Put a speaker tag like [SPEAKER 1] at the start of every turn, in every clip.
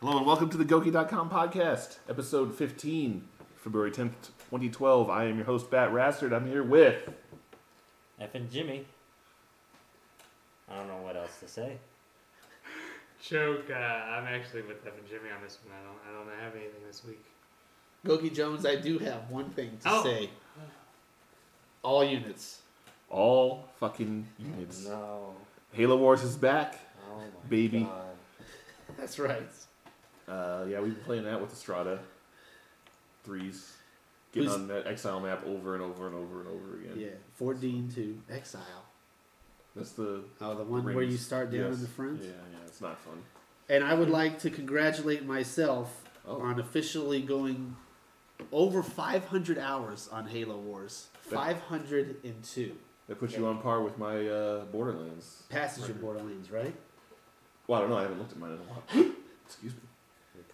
[SPEAKER 1] Hello and welcome to the Goki.com podcast, episode 15, February 10th, 2012. I am your host, Bat Rastard. I'm here with.
[SPEAKER 2] F and Jimmy. I don't know what else to say.
[SPEAKER 3] Joke. Uh, I'm actually with Evan Jimmy on this one. I don't. I don't have anything this week.
[SPEAKER 4] Goki Jones, I do have one thing to
[SPEAKER 3] Oh.
[SPEAKER 4] say. All units.
[SPEAKER 1] All fucking units.
[SPEAKER 2] No.
[SPEAKER 1] Halo Wars is back.
[SPEAKER 2] Oh my
[SPEAKER 1] Baby.
[SPEAKER 2] God.
[SPEAKER 4] That's right.
[SPEAKER 1] Uh, yeah, we've been playing that with Estrada. Threes. Getting
[SPEAKER 4] Who's-
[SPEAKER 1] on that exile map over and over and over and over again.
[SPEAKER 4] Yeah, 14 to Exile.
[SPEAKER 1] That's the.
[SPEAKER 4] Oh, the one where
[SPEAKER 1] rings.
[SPEAKER 4] you start down
[SPEAKER 1] Yes.
[SPEAKER 4] in the front.
[SPEAKER 1] Yeah, yeah, it's not fun.
[SPEAKER 4] And I would like to congratulate myself
[SPEAKER 1] Oh.
[SPEAKER 4] on officially going over 500 hours on Halo Wars. 502.
[SPEAKER 1] Oh, That puts you on par with my uh, Borderlands.
[SPEAKER 4] Passage of Borderlands, right?
[SPEAKER 1] Well, I don't know. I haven't looked at mine in a while. Excuse me.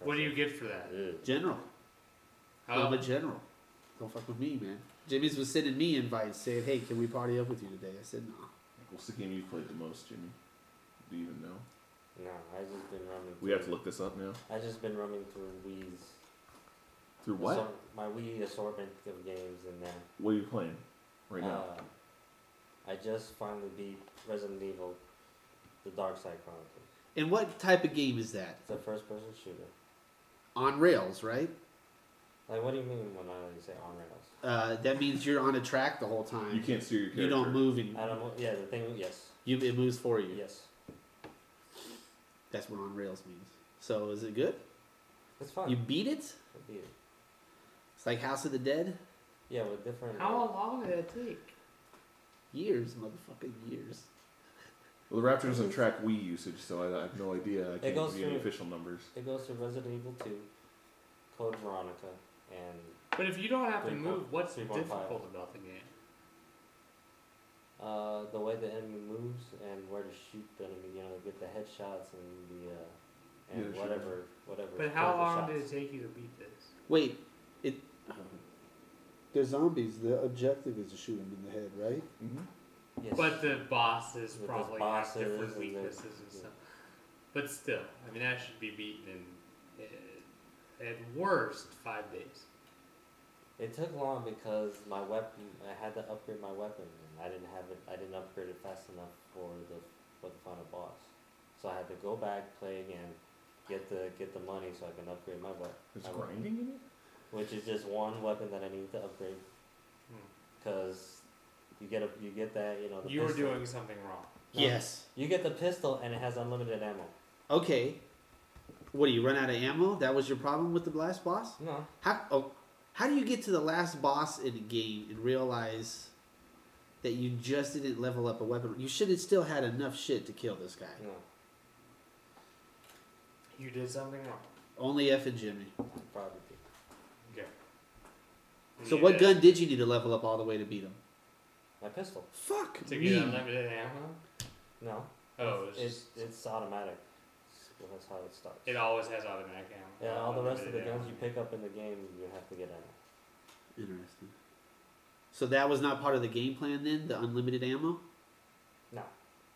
[SPEAKER 3] What do you get for that?
[SPEAKER 2] Ugh.
[SPEAKER 4] General. I'm
[SPEAKER 3] Oh,
[SPEAKER 4] a general. Don't fuck with me, man. Jimmy's was sending me invites saying, hey, can we party up with you today? I said, no.
[SPEAKER 1] What's the game you've played the most, Jimmy? Do you even know?
[SPEAKER 2] No, I just been rumming.
[SPEAKER 1] We have to
[SPEAKER 2] through-
[SPEAKER 1] look this up now.
[SPEAKER 2] I just been rumming through Wii's.
[SPEAKER 1] Through what?
[SPEAKER 2] assort- my Wii assortment of games, and then
[SPEAKER 1] What are you playing right now?
[SPEAKER 2] uh, I just finally beat Resident Evil, The Dark Side Chronicles.
[SPEAKER 4] And what type of game is that?
[SPEAKER 2] It's a first-person shooter.
[SPEAKER 4] On rails, right?
[SPEAKER 2] Like, what do you mean when I say on rails?
[SPEAKER 4] Uh, that means you're on a track the whole time.
[SPEAKER 1] you can't steer your character.
[SPEAKER 4] Oh. You don't move and
[SPEAKER 2] I don't. know- Yeah, the thing. Yes.
[SPEAKER 4] you, it moves for you.
[SPEAKER 2] Yes.
[SPEAKER 4] That's what on rails means. So is it good?
[SPEAKER 2] It's fun.
[SPEAKER 4] You beat it?
[SPEAKER 2] I beat it.
[SPEAKER 4] It's like House of the Dead?
[SPEAKER 2] Yeah, with different.
[SPEAKER 3] how long did that take?
[SPEAKER 4] Years, motherfucking years.
[SPEAKER 1] Well, the Raptor doesn't track Wii usage, so I, I have no idea. I can't
[SPEAKER 2] goes
[SPEAKER 1] give you any
[SPEAKER 2] through-
[SPEAKER 1] official numbers.
[SPEAKER 2] It goes to Resident Evil 2, Code Veronica, and
[SPEAKER 3] But if you don't have to
[SPEAKER 2] Three
[SPEAKER 3] move,
[SPEAKER 2] point-
[SPEAKER 3] what's
[SPEAKER 2] three point
[SPEAKER 3] difficult
[SPEAKER 2] five.
[SPEAKER 3] about the game?
[SPEAKER 2] uh, the way the enemy moves and where to shoot the enemy. You know, get the headshots and the uh,
[SPEAKER 1] Yeah,
[SPEAKER 2] and
[SPEAKER 1] sure.
[SPEAKER 2] whatever, whatever.
[SPEAKER 3] But how
[SPEAKER 2] critical
[SPEAKER 3] long
[SPEAKER 2] shots.
[SPEAKER 3] did it take you to beat this?
[SPEAKER 4] Wait, it.
[SPEAKER 2] Mhm.
[SPEAKER 4] They're zombies. The objective is to shoot them in the head, right?
[SPEAKER 2] Yes.
[SPEAKER 3] But the bosses
[SPEAKER 2] With the
[SPEAKER 3] probably
[SPEAKER 2] bosses
[SPEAKER 3] have
[SPEAKER 2] and
[SPEAKER 3] different
[SPEAKER 2] the-
[SPEAKER 3] weaknesses and
[SPEAKER 2] yeah.
[SPEAKER 3] stuff. But still, I mean that should be beaten in uh, at worst five days.
[SPEAKER 2] it took long because my weapon. I had to upgrade my weapon, and I didn't have it. I didn't upgrade it fast enough for the for the final boss. So I had to go back, play again, get the get the money so I can upgrade my weapon.
[SPEAKER 1] There's
[SPEAKER 2] my weapon.
[SPEAKER 1] grinding in it?
[SPEAKER 2] which is just one weapon that I need to upgrade. Because you get a you get that you know the
[SPEAKER 3] Hmm. You were
[SPEAKER 2] pistol.
[SPEAKER 3] doing something wrong.
[SPEAKER 2] No.
[SPEAKER 4] Yes.
[SPEAKER 2] you get the pistol and it has unlimited ammo.
[SPEAKER 4] Okay. What do you run out of ammo? That was your problem with the last boss?
[SPEAKER 2] No,
[SPEAKER 4] How oh, how do you get to the last boss in a game and realize that you just didn't level up a weapon? You should have still had enough shit to kill this guy.
[SPEAKER 2] no,
[SPEAKER 3] You did something wrong.
[SPEAKER 4] Only F and Jimmy.
[SPEAKER 2] probably. did.
[SPEAKER 3] Okay.
[SPEAKER 4] So
[SPEAKER 3] You
[SPEAKER 4] what
[SPEAKER 3] did.
[SPEAKER 4] gun did you need to level up all the way to beat him?
[SPEAKER 2] My pistol.
[SPEAKER 4] Fuck
[SPEAKER 3] To
[SPEAKER 4] me.
[SPEAKER 3] get unlimited ammo?
[SPEAKER 2] No,
[SPEAKER 3] Oh, it's,
[SPEAKER 2] it's
[SPEAKER 3] just,
[SPEAKER 2] it's automatic. Well, that's how it starts.
[SPEAKER 3] it always has automatic ammo.
[SPEAKER 2] yeah, all the rest of the
[SPEAKER 3] Unlimited
[SPEAKER 2] guns you
[SPEAKER 3] ammo.
[SPEAKER 2] pick up in the game, you have to get ammo.
[SPEAKER 4] Interesting. So that was not part of the game plan then, the unlimited ammo?
[SPEAKER 2] No,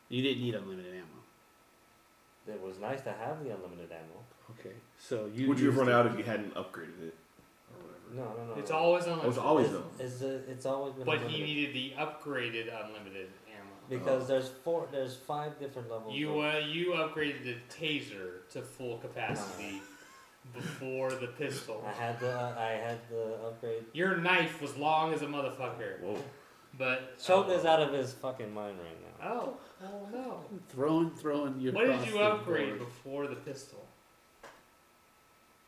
[SPEAKER 4] You didn't need unlimited ammo.
[SPEAKER 2] it was nice to have the unlimited ammo.
[SPEAKER 4] Okay. So you
[SPEAKER 1] Would you have
[SPEAKER 4] used
[SPEAKER 1] run
[SPEAKER 4] it.
[SPEAKER 1] out if you hadn't upgraded it? Or whatever.
[SPEAKER 2] No, no, no.
[SPEAKER 3] It's
[SPEAKER 2] no.
[SPEAKER 3] always
[SPEAKER 1] It was
[SPEAKER 3] unlimited.
[SPEAKER 1] always
[SPEAKER 2] it's,
[SPEAKER 1] though.
[SPEAKER 2] It's, uh, it's always been.
[SPEAKER 3] But he
[SPEAKER 2] unlimited.
[SPEAKER 3] needed the upgraded unlimited ammo.
[SPEAKER 2] because
[SPEAKER 1] Oh.
[SPEAKER 2] there's four, there's five different levels. of-
[SPEAKER 3] You uh, you upgraded the taser to full capacity before the pistol.
[SPEAKER 2] I had the uh, I had the upgrade
[SPEAKER 3] Your knife was long as a motherfucker,
[SPEAKER 1] Whoa.
[SPEAKER 3] but
[SPEAKER 2] Choke is out of his fucking mind right now.
[SPEAKER 3] Oh, oh no!
[SPEAKER 4] throwing throwing your
[SPEAKER 3] What did
[SPEAKER 4] cross
[SPEAKER 3] you
[SPEAKER 4] through the
[SPEAKER 3] upgrade
[SPEAKER 4] board.
[SPEAKER 3] before the pistol?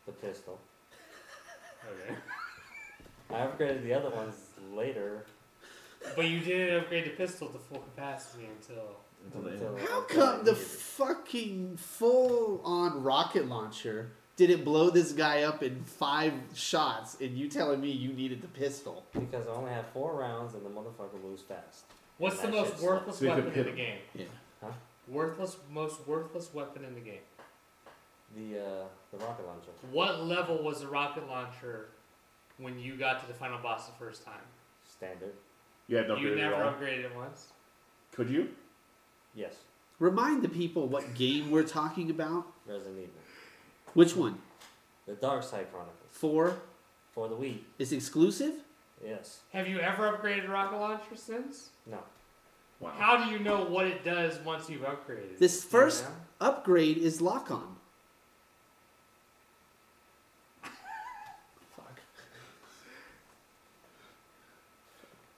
[SPEAKER 2] The pistol.
[SPEAKER 3] Okay,
[SPEAKER 2] I upgraded the other ones later.
[SPEAKER 3] but you didn't upgrade the pistol to full capacity until
[SPEAKER 1] Until the end.
[SPEAKER 2] until- until
[SPEAKER 4] How
[SPEAKER 2] I
[SPEAKER 4] come the
[SPEAKER 2] needed it.
[SPEAKER 4] fucking full on rocket launcher didn't blow this guy up in five shots and you telling me you needed the pistol?
[SPEAKER 2] Because I only have four rounds and the motherfucker moves fast.
[SPEAKER 3] what's the
[SPEAKER 2] That
[SPEAKER 3] most
[SPEAKER 2] shit's-
[SPEAKER 3] worthless
[SPEAKER 1] So you could
[SPEAKER 3] weapon
[SPEAKER 1] hit
[SPEAKER 3] in the
[SPEAKER 1] him.
[SPEAKER 3] game?
[SPEAKER 4] Yeah.
[SPEAKER 3] Worthless, most worthless weapon in the game.
[SPEAKER 2] The uh, the rocket launcher.
[SPEAKER 3] What level was the rocket launcher when you got to the final boss the first time?
[SPEAKER 2] Standard.
[SPEAKER 1] You hadn't
[SPEAKER 3] you
[SPEAKER 1] upgraded
[SPEAKER 3] never
[SPEAKER 1] it at all?
[SPEAKER 3] upgraded it once.
[SPEAKER 1] Could you?
[SPEAKER 2] Yes.
[SPEAKER 4] Remind the people what game we're talking about.
[SPEAKER 2] Resident Evil.
[SPEAKER 4] Which one?
[SPEAKER 2] The Dark Side Chronicles
[SPEAKER 4] Four
[SPEAKER 2] for the Wii.
[SPEAKER 4] is exclusive?
[SPEAKER 2] Yes.
[SPEAKER 3] Have you ever upgraded rocket launcher since?
[SPEAKER 2] No.
[SPEAKER 1] Wow.
[SPEAKER 3] How do you know what it does once you've upgraded? it?
[SPEAKER 4] This first
[SPEAKER 3] You know?
[SPEAKER 4] upgrade is lock on.
[SPEAKER 1] Fuck.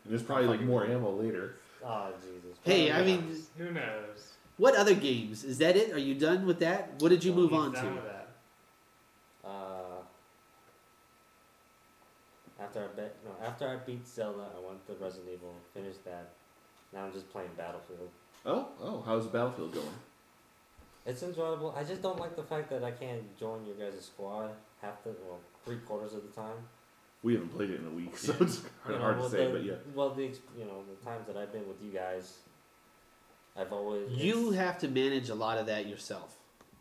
[SPEAKER 1] And there's probably like more ammo later.
[SPEAKER 2] Ah, Jesus.
[SPEAKER 4] Hey,
[SPEAKER 2] Well,
[SPEAKER 4] I
[SPEAKER 2] yeah.
[SPEAKER 4] mean,
[SPEAKER 3] Who knows?
[SPEAKER 4] what other games? Is that it? Are you done with that? What did you
[SPEAKER 2] No,
[SPEAKER 4] move
[SPEAKER 3] He's
[SPEAKER 4] on
[SPEAKER 3] done
[SPEAKER 4] to?
[SPEAKER 3] with that.
[SPEAKER 2] Uh, after I bet no, after I beat Zelda, I went to Resident Evil, finished that. Now I'm just playing Battlefield.
[SPEAKER 1] Oh, oh, how's the battlefield going?
[SPEAKER 2] It's enjoyable. I just don't like the fact that I can't join your guys' squad half the well three quarters of the time.
[SPEAKER 1] We haven't played it in a week, so it's kind
[SPEAKER 2] You
[SPEAKER 1] of
[SPEAKER 2] know,
[SPEAKER 1] hard to
[SPEAKER 2] well,
[SPEAKER 1] say,
[SPEAKER 2] the-
[SPEAKER 1] but yeah.
[SPEAKER 2] Well, the ex- you know the times that I've been with you guys, I've always
[SPEAKER 4] You
[SPEAKER 2] it's-
[SPEAKER 4] have to manage a lot of that yourself.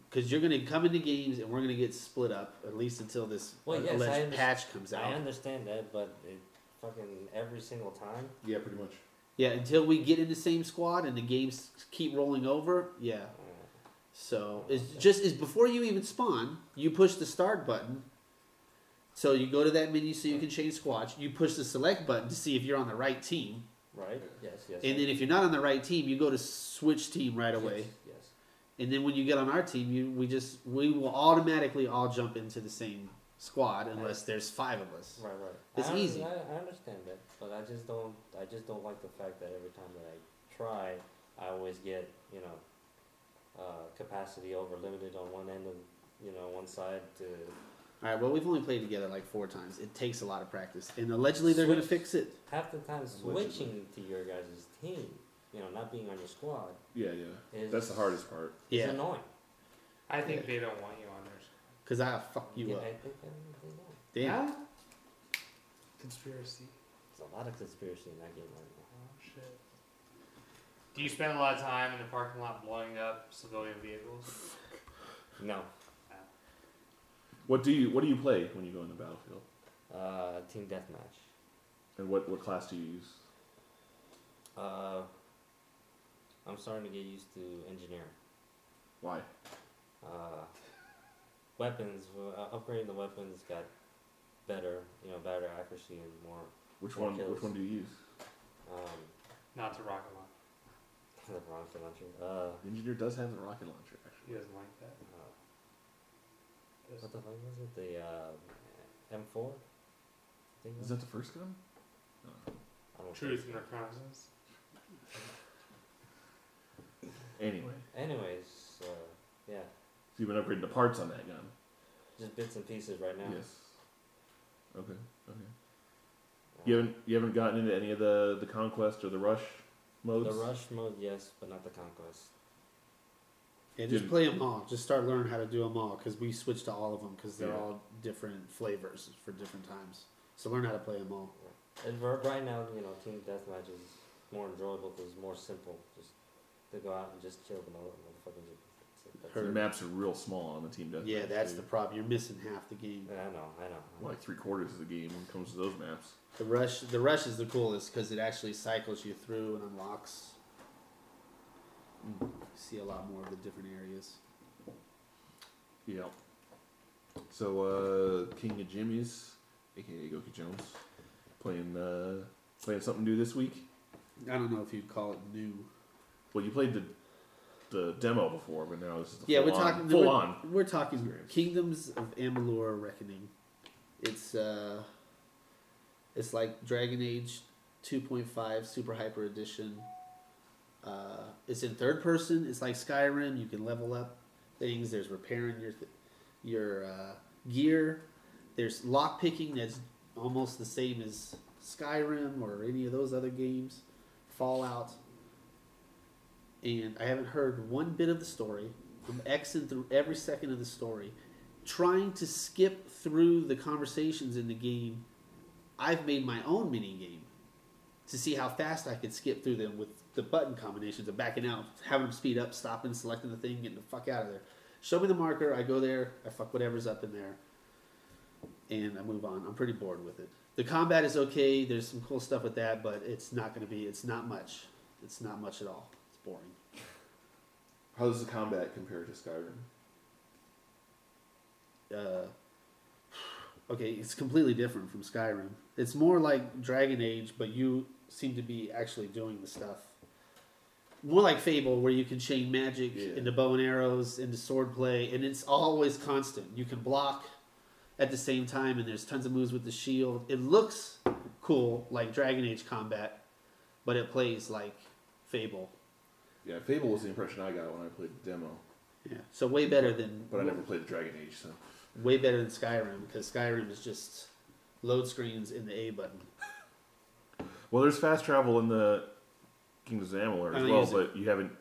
[SPEAKER 4] Because you're going to come into games and we're going to get split up, at least until this
[SPEAKER 2] Well, yes, I
[SPEAKER 4] alleged
[SPEAKER 2] under-
[SPEAKER 4] patch comes
[SPEAKER 2] I
[SPEAKER 4] out.
[SPEAKER 2] understand that, but it fucking every single time.
[SPEAKER 1] Yeah, pretty much.
[SPEAKER 4] Yeah, until we get in the same squad and the games keep rolling over. Yeah.
[SPEAKER 2] uh,
[SPEAKER 4] So it's just is before you even spawn, you push the start button. So you go to that menu so you can change squads. You push the select button to see if you're on the right team,
[SPEAKER 2] Right? Yes. Yes.
[SPEAKER 4] and then if you're not on the right team, you go to switch team right away.
[SPEAKER 2] Yes. yes.
[SPEAKER 4] And then when you get on our team, you we just we will automatically all jump into the same squad unless there's five of us.
[SPEAKER 2] Right, right.
[SPEAKER 4] It's
[SPEAKER 2] I under-
[SPEAKER 4] easy.
[SPEAKER 2] I, I understand that, but I just don't. I just don't like the fact that every time that I try, I always get you know uh, capacity over limited on one end of you know one side to.
[SPEAKER 4] All right, well we've only played together like four times. It takes a lot of practice, and allegedly they're going to
[SPEAKER 2] Switch.
[SPEAKER 4] fix it.
[SPEAKER 2] Half the time,
[SPEAKER 1] Allegedly.
[SPEAKER 2] switching to your guys' team, you know, not being on your squad
[SPEAKER 1] Yeah, yeah.
[SPEAKER 2] is
[SPEAKER 1] That's the hardest part.
[SPEAKER 2] Is
[SPEAKER 4] Yeah,
[SPEAKER 2] annoying.
[SPEAKER 3] I think
[SPEAKER 4] Yeah.
[SPEAKER 3] they don't want you on there.
[SPEAKER 4] because I fuck you
[SPEAKER 2] yeah,
[SPEAKER 4] up.
[SPEAKER 2] I think I don't really know.
[SPEAKER 4] Damn.
[SPEAKER 3] Huh? Conspiracy.
[SPEAKER 2] There's a lot of conspiracy in that game right
[SPEAKER 3] Oh shit. Do you spend a lot of time in the parking lot blowing up civilian vehicles?
[SPEAKER 2] now.
[SPEAKER 1] What do you What do you play when you go in the battlefield?
[SPEAKER 2] No, uh, team deathmatch.
[SPEAKER 1] And what what class do you use?
[SPEAKER 2] Uh, I'm starting to get used to engineering.
[SPEAKER 1] Why?
[SPEAKER 2] uh, weapons, uh, upgrading the weapons got better, you know, better accuracy and more
[SPEAKER 1] Which
[SPEAKER 2] Four
[SPEAKER 1] one
[SPEAKER 2] kills.
[SPEAKER 1] Which one do you use?
[SPEAKER 2] um,
[SPEAKER 3] Not to rocket launcher.
[SPEAKER 2] the rocket launcher. Uh,
[SPEAKER 1] The engineer does have the rocket launcher. Actually.
[SPEAKER 3] He doesn't like that.
[SPEAKER 2] uh,
[SPEAKER 3] Does-
[SPEAKER 2] what the fuck was it? The uh, M4. I think it
[SPEAKER 1] Is
[SPEAKER 2] was.
[SPEAKER 1] that the first gun? No.
[SPEAKER 2] I don't
[SPEAKER 3] Truth and
[SPEAKER 2] think
[SPEAKER 3] reconnaissance.
[SPEAKER 1] Anyway,
[SPEAKER 2] so. Anyways, uh, yeah,
[SPEAKER 1] so you've been upgrading the parts on that gun.
[SPEAKER 2] just bits and pieces right now.
[SPEAKER 1] Yes. Okay. Okay.
[SPEAKER 2] Uh,
[SPEAKER 1] You haven't you haven't gotten into any of the the conquest or the rush modes.
[SPEAKER 2] the rush mode, yes, but not the conquest.
[SPEAKER 4] Yeah, just
[SPEAKER 1] Dude.
[SPEAKER 4] play them all. Just start learning how to do them all because we switched to all of them because they're
[SPEAKER 1] Yeah.
[SPEAKER 4] all different flavors for different times. So learn how to play them all.
[SPEAKER 2] And for right now, you know, team deathmatch is more enjoyable because it's more simple. Just to go out and just kill the mother- motherfuckers. That's it. That's
[SPEAKER 1] The
[SPEAKER 2] it.
[SPEAKER 4] Heard.
[SPEAKER 1] maps are real small on the team deathmatch.
[SPEAKER 4] yeah, that's
[SPEAKER 1] too.
[SPEAKER 4] the problem. You're missing half the game.
[SPEAKER 2] Yeah, I know, I know. I know.
[SPEAKER 1] like three quarters of the game when it comes to those maps.
[SPEAKER 4] The rush, the rush is the coolest because it actually cycles you through and unlocks. You see a lot more of the different areas.
[SPEAKER 1] Yeah. So uh, King of Jimmy's, aka Goki Jones, playing uh, playing something new this week.
[SPEAKER 4] I don't know if you'd call it new.
[SPEAKER 1] Well, you played the the demo before, but now this is the
[SPEAKER 4] yeah,
[SPEAKER 1] full
[SPEAKER 4] we're
[SPEAKER 1] on,
[SPEAKER 4] talking
[SPEAKER 1] full
[SPEAKER 4] we're,
[SPEAKER 1] on.
[SPEAKER 4] We're talking
[SPEAKER 1] Experience.
[SPEAKER 4] Kingdoms of Amalur Reckoning. It's uh, it's like Dragon Age 2.5 Super Hyper Edition. Uh, it's in third person. It's like Skyrim. You can level up things. There's repairing your th- your uh, gear. There's lock picking. That's almost the same as Skyrim or any of those other games. Fallout. And I haven't heard one bit of the story. I'm Xing through every second of the story, trying to skip through the conversations in the game. I've made my own mini game to see how fast I could skip through them with the button combinations of backing out, having them speed up, stopping, selecting the thing, getting the fuck out of there. Show me the marker. I go there. I fuck whatever's up in there, and I move on. I'm pretty bored with it. The combat is okay. There's some cool stuff with that, but it's not going to be. It's not much. It's not much at all. It's boring.
[SPEAKER 1] How does the combat compare to Skyrim?
[SPEAKER 4] uh, okay, it's completely different from Skyrim. It's more like Dragon Age, but you seem to be actually doing the stuff. More like Fable, where you can chain magic
[SPEAKER 1] Yeah.
[SPEAKER 4] into bow and arrows, into sword play, and it's always constant. You can block at the same time, and there's tons of moves with the shield. It looks cool, like Dragon Age combat, but it plays like Fable.
[SPEAKER 1] Yeah, Fable was the impression I got when I played the demo,
[SPEAKER 4] Yeah. So way better than
[SPEAKER 1] but I never played Dragon Age, so
[SPEAKER 4] way better than Skyrim because Skyrim is just load screens in the A button.
[SPEAKER 1] Well, there's fast travel in the Kingdoms of Amalur
[SPEAKER 4] I
[SPEAKER 1] as
[SPEAKER 4] don't
[SPEAKER 1] well,
[SPEAKER 4] use it.
[SPEAKER 1] but you haven't.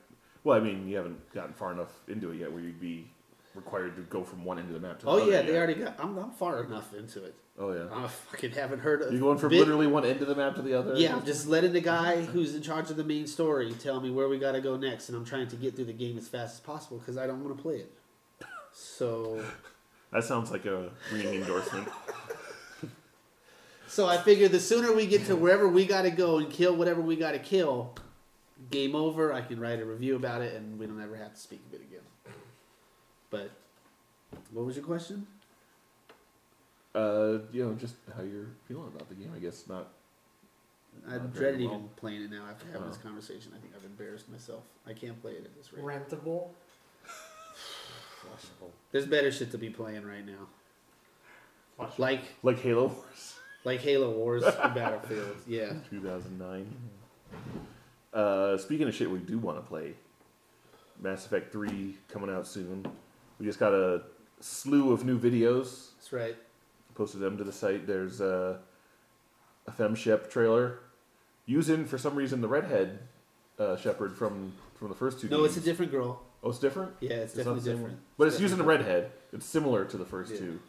[SPEAKER 1] Well, I mean, you haven't gotten far enough into it yet where you'd be required to go from one end of the map to the
[SPEAKER 4] Oh
[SPEAKER 1] other.
[SPEAKER 4] yeah, they
[SPEAKER 1] yet.
[SPEAKER 4] already got. I'm, I'm far enough into it.
[SPEAKER 1] Oh yeah,
[SPEAKER 4] I fucking haven't heard of.
[SPEAKER 1] you're going from
[SPEAKER 4] Uh, bit-
[SPEAKER 1] literally one end of the map to the other.
[SPEAKER 4] Yeah, I'm just letting the guy who's in charge of the main story tell me where we got to go next, and I'm trying to get through the game as fast as possible because I don't want to play it. So,
[SPEAKER 1] that sounds like a ringing endorsement.
[SPEAKER 4] so I figure the sooner we get to wherever we got to go and kill whatever we got to kill, game over. I can write a review about it, and we don't ever have to speak of it again. But what was your question?
[SPEAKER 1] Uh, you know, just how you're feeling about the game, I guess. Not.
[SPEAKER 4] I'm
[SPEAKER 1] Not very
[SPEAKER 4] dreading
[SPEAKER 1] well.
[SPEAKER 4] even playing it now after having this
[SPEAKER 1] Oh.
[SPEAKER 4] conversation. I think I've embarrassed myself. I can't play it at this rate.
[SPEAKER 3] Rentable.
[SPEAKER 2] Flushable.
[SPEAKER 4] There's better shit to be playing right now.
[SPEAKER 3] Flushable.
[SPEAKER 4] Like
[SPEAKER 1] Like Halo Wars
[SPEAKER 4] like Halo Wars and Battlefield. Yeah.
[SPEAKER 1] 2009. Uh, speaking of shit, we do want to play Mass Effect 3 coming out soon. We just got a slew of new videos
[SPEAKER 4] That's right.
[SPEAKER 1] posted them to the site. There's a, a Fem Shep trailer using for some reason the redhead uh, shepherd from from the first two.
[SPEAKER 4] No, it's
[SPEAKER 1] games.
[SPEAKER 4] a different girl.
[SPEAKER 1] oh, it's different.
[SPEAKER 4] Yeah, it's,
[SPEAKER 1] not
[SPEAKER 4] definitely
[SPEAKER 1] the same
[SPEAKER 4] different.
[SPEAKER 1] one. but it's,
[SPEAKER 4] definitely
[SPEAKER 1] using the redhead. It's similar to the first
[SPEAKER 4] Yeah.
[SPEAKER 1] two.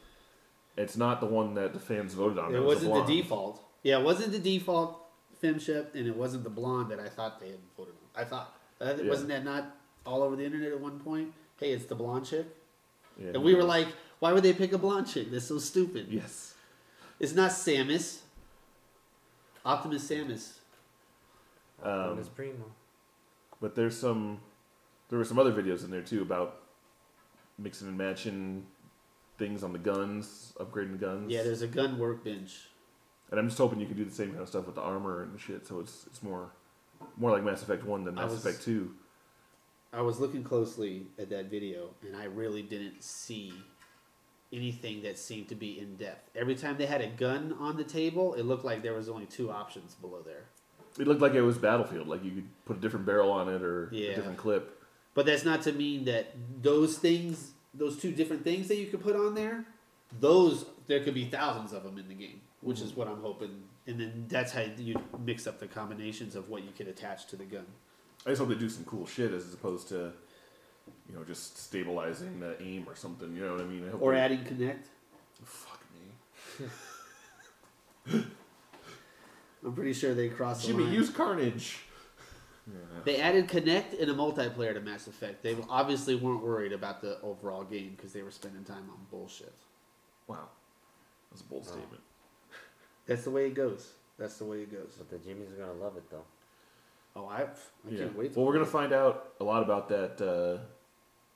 [SPEAKER 1] It's not the one that the fans voted on.
[SPEAKER 4] It
[SPEAKER 1] That was a
[SPEAKER 4] wasn't the
[SPEAKER 1] blonde.
[SPEAKER 4] default. Yeah, it wasn't the default femship, and it wasn't the blonde that I thought they had voted on. I thought. Uh,
[SPEAKER 1] Yeah.
[SPEAKER 4] Wasn't that not all over the internet at one point? Hey, it's the blonde chick.
[SPEAKER 1] Yeah.
[SPEAKER 4] And we were like, why would they pick a blonde chick? That's so stupid.
[SPEAKER 1] yes.
[SPEAKER 4] It's not Samus. Optimus Samus.
[SPEAKER 1] Um,
[SPEAKER 2] Optimus Primo.
[SPEAKER 1] But there's some, there were some other videos in there too about mixing and matching things on the guns, upgrading the guns.
[SPEAKER 4] Yeah, there's a gun workbench.
[SPEAKER 1] And I'm just hoping you can do the same kind of stuff with the armor and shit, so it's it's more more like Mass Effect One than
[SPEAKER 4] I
[SPEAKER 1] Mass
[SPEAKER 4] was-
[SPEAKER 1] Effect Two.
[SPEAKER 4] I was looking closely at that video, and I really didn't see anything that seemed to be in depth. Every time they had a gun on the table, it looked like there was only two options below there.
[SPEAKER 1] It looked like it was Battlefield, like you could put a different barrel on it or a
[SPEAKER 4] Yeah.
[SPEAKER 1] different clip.
[SPEAKER 4] But that's not to mean that those things, those two different things that you could put on there, those there could be thousands of them in the game, which is what I'm hoping. And then that's how you mix up the combinations of what you could attach to the gun.
[SPEAKER 1] I just hope they do some cool shit as opposed to you know, just stabilizing the aim or something, you know what I mean? I hope
[SPEAKER 4] Or
[SPEAKER 1] they-
[SPEAKER 4] adding connect.
[SPEAKER 1] Fuck me.
[SPEAKER 4] I'm pretty sure they crossed the
[SPEAKER 1] Jimmy,
[SPEAKER 4] line.
[SPEAKER 1] use Carnage.
[SPEAKER 4] They added Connect and a multiplayer to Mass Effect. They obviously weren't worried about the overall game because they were spending time on bullshit.
[SPEAKER 1] Wow. That's a bold
[SPEAKER 2] Wow.
[SPEAKER 1] statement.
[SPEAKER 4] That's the way it goes. That's the way it goes.
[SPEAKER 2] But the Jimmys are gonna love it though.
[SPEAKER 4] Oh, I, I
[SPEAKER 1] Yeah.
[SPEAKER 4] can't wait.
[SPEAKER 1] Well, we're gonna
[SPEAKER 4] play
[SPEAKER 1] find out a lot about that uh,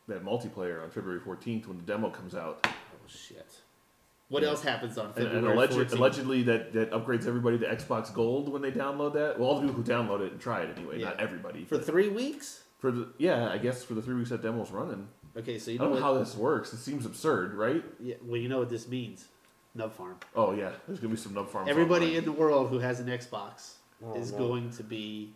[SPEAKER 1] that multiplayer on February 14th when the demo comes out.
[SPEAKER 4] it. Oh shit! What
[SPEAKER 1] Yeah.
[SPEAKER 4] else happens on
[SPEAKER 1] And,
[SPEAKER 4] February
[SPEAKER 1] and alleged,
[SPEAKER 4] 14th?
[SPEAKER 1] allegedly, that, that upgrades everybody to Xbox Gold when they download that. Well, all the people who download it and try it anyway, not
[SPEAKER 4] Yeah.
[SPEAKER 1] everybody.
[SPEAKER 4] for
[SPEAKER 1] but
[SPEAKER 4] three weeks?
[SPEAKER 1] for the yeah, I guess for the three weeks that demo's running.
[SPEAKER 4] Okay, so you
[SPEAKER 1] I
[SPEAKER 4] know
[SPEAKER 1] don't
[SPEAKER 4] what?
[SPEAKER 1] know how this works. It seems absurd, right?
[SPEAKER 4] yeah, well, you know what this means. Nub farm.
[SPEAKER 1] Oh yeah, there's gonna be some nub farms.
[SPEAKER 4] Everybody
[SPEAKER 1] online.
[SPEAKER 4] in the world who has an Xbox
[SPEAKER 2] Oh,
[SPEAKER 4] is
[SPEAKER 2] no.
[SPEAKER 4] going to be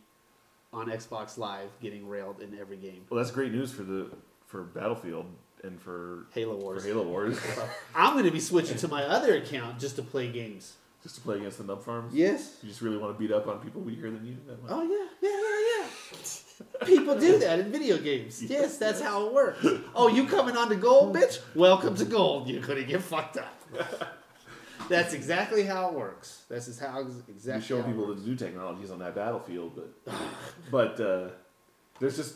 [SPEAKER 4] on Xbox Live getting railed in every game.
[SPEAKER 1] well, that's great news for the for Battlefield and for
[SPEAKER 4] Halo
[SPEAKER 1] for
[SPEAKER 4] Wars.
[SPEAKER 1] Halo Wars,
[SPEAKER 4] I'm going to be switching to my other account just to play games.
[SPEAKER 1] just to play against the nub farms.
[SPEAKER 4] Yes.
[SPEAKER 1] You just really want to beat up on people weaker than you. That much.
[SPEAKER 4] Oh yeah, yeah, yeah, yeah. People do that in video games. Yes, that's how it works. Oh, you coming on to gold, bitch? Welcome to gold. You're gonna get fucked up. That's exactly how it works. This is how ex-
[SPEAKER 1] you
[SPEAKER 4] exactly.
[SPEAKER 1] show
[SPEAKER 4] how it
[SPEAKER 1] people
[SPEAKER 4] works.
[SPEAKER 1] the new technologies on that battlefield, but but uh, there's just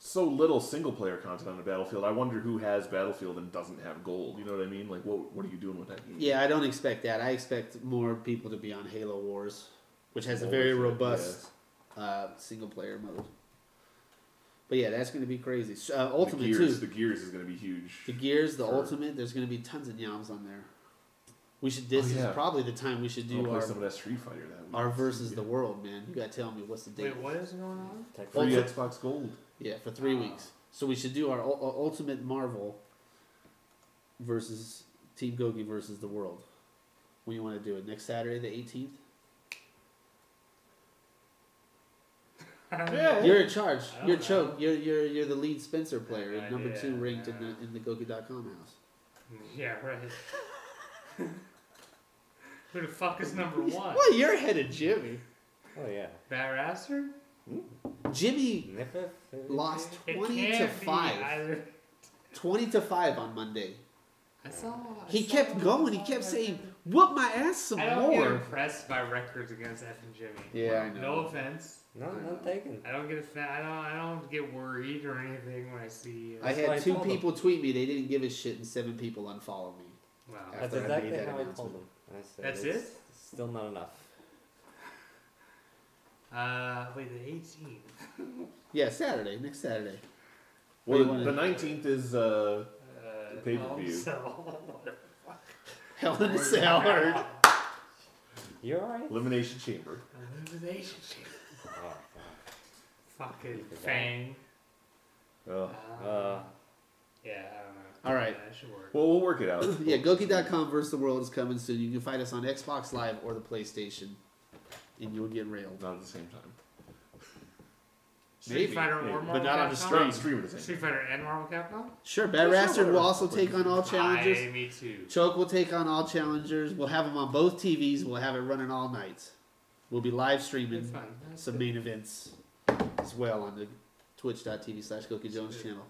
[SPEAKER 1] so little single player content on the battlefield. I wonder who has battlefield and doesn't have gold. You know what I mean? Like, what what are you doing with that? Game?
[SPEAKER 4] Yeah, I don't expect that. I expect more people to be on Halo Wars, which has a
[SPEAKER 1] Holy
[SPEAKER 4] very
[SPEAKER 1] shit,
[SPEAKER 4] robust uh, single player mode. But yeah, that's going to be crazy. So, uh, ultimate
[SPEAKER 1] the gears,
[SPEAKER 4] too.
[SPEAKER 1] The gears is going to be huge.
[SPEAKER 4] The gears, the
[SPEAKER 1] Sure.
[SPEAKER 4] ultimate. There's going to be tons of yams on there. We should. This
[SPEAKER 1] yeah.
[SPEAKER 4] is probably the time we should
[SPEAKER 1] I'll
[SPEAKER 4] do
[SPEAKER 1] play
[SPEAKER 4] our
[SPEAKER 1] some of that Street Fighter that week.
[SPEAKER 4] our versus the world, man. You gotta tell me what's the
[SPEAKER 3] Wait,
[SPEAKER 4] date?
[SPEAKER 3] what is going on?
[SPEAKER 2] Tech-
[SPEAKER 1] free
[SPEAKER 4] Ultimate-
[SPEAKER 1] Xbox Gold.
[SPEAKER 4] Yeah, for three
[SPEAKER 3] Ah.
[SPEAKER 4] weeks. So we should do our ul- ul- ultimate Marvel versus Team Gogi versus the world. When you want to do it next Saturday, the eighteenth.
[SPEAKER 1] Yeah.
[SPEAKER 4] You're in charge.
[SPEAKER 3] I don't
[SPEAKER 4] You're
[SPEAKER 3] know.
[SPEAKER 4] choke. You're you're you're the lead Spencer player,
[SPEAKER 3] I-
[SPEAKER 4] number two
[SPEAKER 3] yeah,
[SPEAKER 4] ranked in
[SPEAKER 3] yeah.
[SPEAKER 4] the in the Gogi.com house.
[SPEAKER 3] Yeah, right. Who the fuck is number one?
[SPEAKER 4] Well, you're ahead of Jimmy.
[SPEAKER 2] Oh yeah.
[SPEAKER 3] Barasser?
[SPEAKER 4] Jimmy
[SPEAKER 2] Nippa
[SPEAKER 4] lost
[SPEAKER 3] It
[SPEAKER 4] twenty to
[SPEAKER 3] can't be
[SPEAKER 4] five.
[SPEAKER 3] either.
[SPEAKER 4] Twenty to five on Monday.
[SPEAKER 3] I saw. I
[SPEAKER 4] He
[SPEAKER 3] saw-
[SPEAKER 4] kept going. He
[SPEAKER 3] I
[SPEAKER 4] kept
[SPEAKER 3] saw-
[SPEAKER 4] saying, "Whoop my ass some
[SPEAKER 3] I don't get
[SPEAKER 4] more."
[SPEAKER 3] impressed by records against F and Jimmy.
[SPEAKER 4] Yeah, I know.
[SPEAKER 3] No offense.
[SPEAKER 2] No, no taken.
[SPEAKER 3] I don't get offended. I don't. I don't get worried or anything when I see. Uh,
[SPEAKER 4] I
[SPEAKER 2] That's what
[SPEAKER 4] had
[SPEAKER 2] I
[SPEAKER 4] two
[SPEAKER 2] told
[SPEAKER 4] people tweet me they didn't give a shit, and seven people unfollowed me.
[SPEAKER 3] wow.
[SPEAKER 2] That's
[SPEAKER 4] after I
[SPEAKER 2] exactly
[SPEAKER 4] made that
[SPEAKER 2] how I told
[SPEAKER 4] announcement.
[SPEAKER 2] him. I said,
[SPEAKER 3] That's
[SPEAKER 2] it's Still not enough.
[SPEAKER 3] Uh, wait, the 18.
[SPEAKER 4] Yeah, Saturday, next Saturday.
[SPEAKER 1] Well,
[SPEAKER 4] Wait,
[SPEAKER 1] the-
[SPEAKER 4] what-
[SPEAKER 1] the nineteenth is uh,
[SPEAKER 3] Uh,
[SPEAKER 1] The pay-per-view.
[SPEAKER 3] So,
[SPEAKER 4] Hell in a Cell. or-
[SPEAKER 2] You're alright.
[SPEAKER 1] Elimination Chamber.
[SPEAKER 3] elimination.
[SPEAKER 2] Oh,
[SPEAKER 3] Fucking
[SPEAKER 2] Keep it
[SPEAKER 3] Fang.
[SPEAKER 1] Oh.
[SPEAKER 3] Uh, yeah, I don't know.
[SPEAKER 4] All right.
[SPEAKER 3] That should work.
[SPEAKER 1] Well, we'll work it out.
[SPEAKER 4] yeah, Goki.com versus the world is coming soon. You can find us on Xbox Live or the PlayStation, and you'll get railed.
[SPEAKER 1] Not at the same time.
[SPEAKER 3] Street Fighter
[SPEAKER 1] maybe,
[SPEAKER 3] or
[SPEAKER 1] but
[SPEAKER 3] Marvel
[SPEAKER 4] not on the
[SPEAKER 3] Capcom?
[SPEAKER 4] stream.
[SPEAKER 1] Not on stream at the same
[SPEAKER 3] Street
[SPEAKER 1] time.
[SPEAKER 3] Fighter and Marvel Capcom?
[SPEAKER 4] Sure, Bad
[SPEAKER 1] Yeah,
[SPEAKER 4] Bastard
[SPEAKER 1] sure.
[SPEAKER 4] will also take on all
[SPEAKER 3] Aye,
[SPEAKER 4] challengers.
[SPEAKER 3] me too.
[SPEAKER 4] Choke will take on all challengers. We'll have them on both TVs. We'll have it running all nights. We'll be live
[SPEAKER 3] It's
[SPEAKER 4] streaming
[SPEAKER 3] fun. That's
[SPEAKER 4] some
[SPEAKER 3] good.
[SPEAKER 4] main events as well on the twitch.tv slash Goki Jones channel.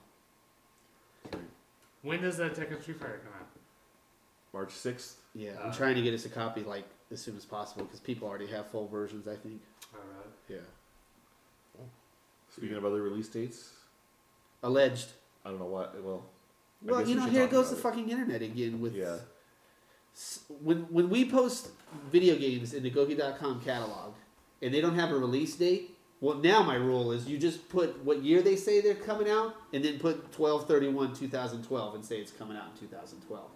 [SPEAKER 3] When does that Tekken Street Fighter come out?
[SPEAKER 1] March sixth.
[SPEAKER 4] Yeah, I'm
[SPEAKER 3] Uh,
[SPEAKER 4] trying to get us a copy like as soon as possible because people already have full versions. I think.
[SPEAKER 3] Alright.
[SPEAKER 4] Yeah.
[SPEAKER 1] Speaking of other release dates,
[SPEAKER 4] Alleged.
[SPEAKER 1] I don't know what. Well, I
[SPEAKER 4] Well,
[SPEAKER 1] guess
[SPEAKER 4] you
[SPEAKER 1] we
[SPEAKER 4] know,
[SPEAKER 1] should
[SPEAKER 4] here
[SPEAKER 1] talk
[SPEAKER 4] goes the
[SPEAKER 1] about
[SPEAKER 4] fucking internet again with.
[SPEAKER 1] Yeah.
[SPEAKER 4] S- When when we post video games in the Gogi.com catalog, and they don't have a release date, well, now my rule is you just put what year they say they're coming out, and then put 1231 2012 and say it's coming out in 2012.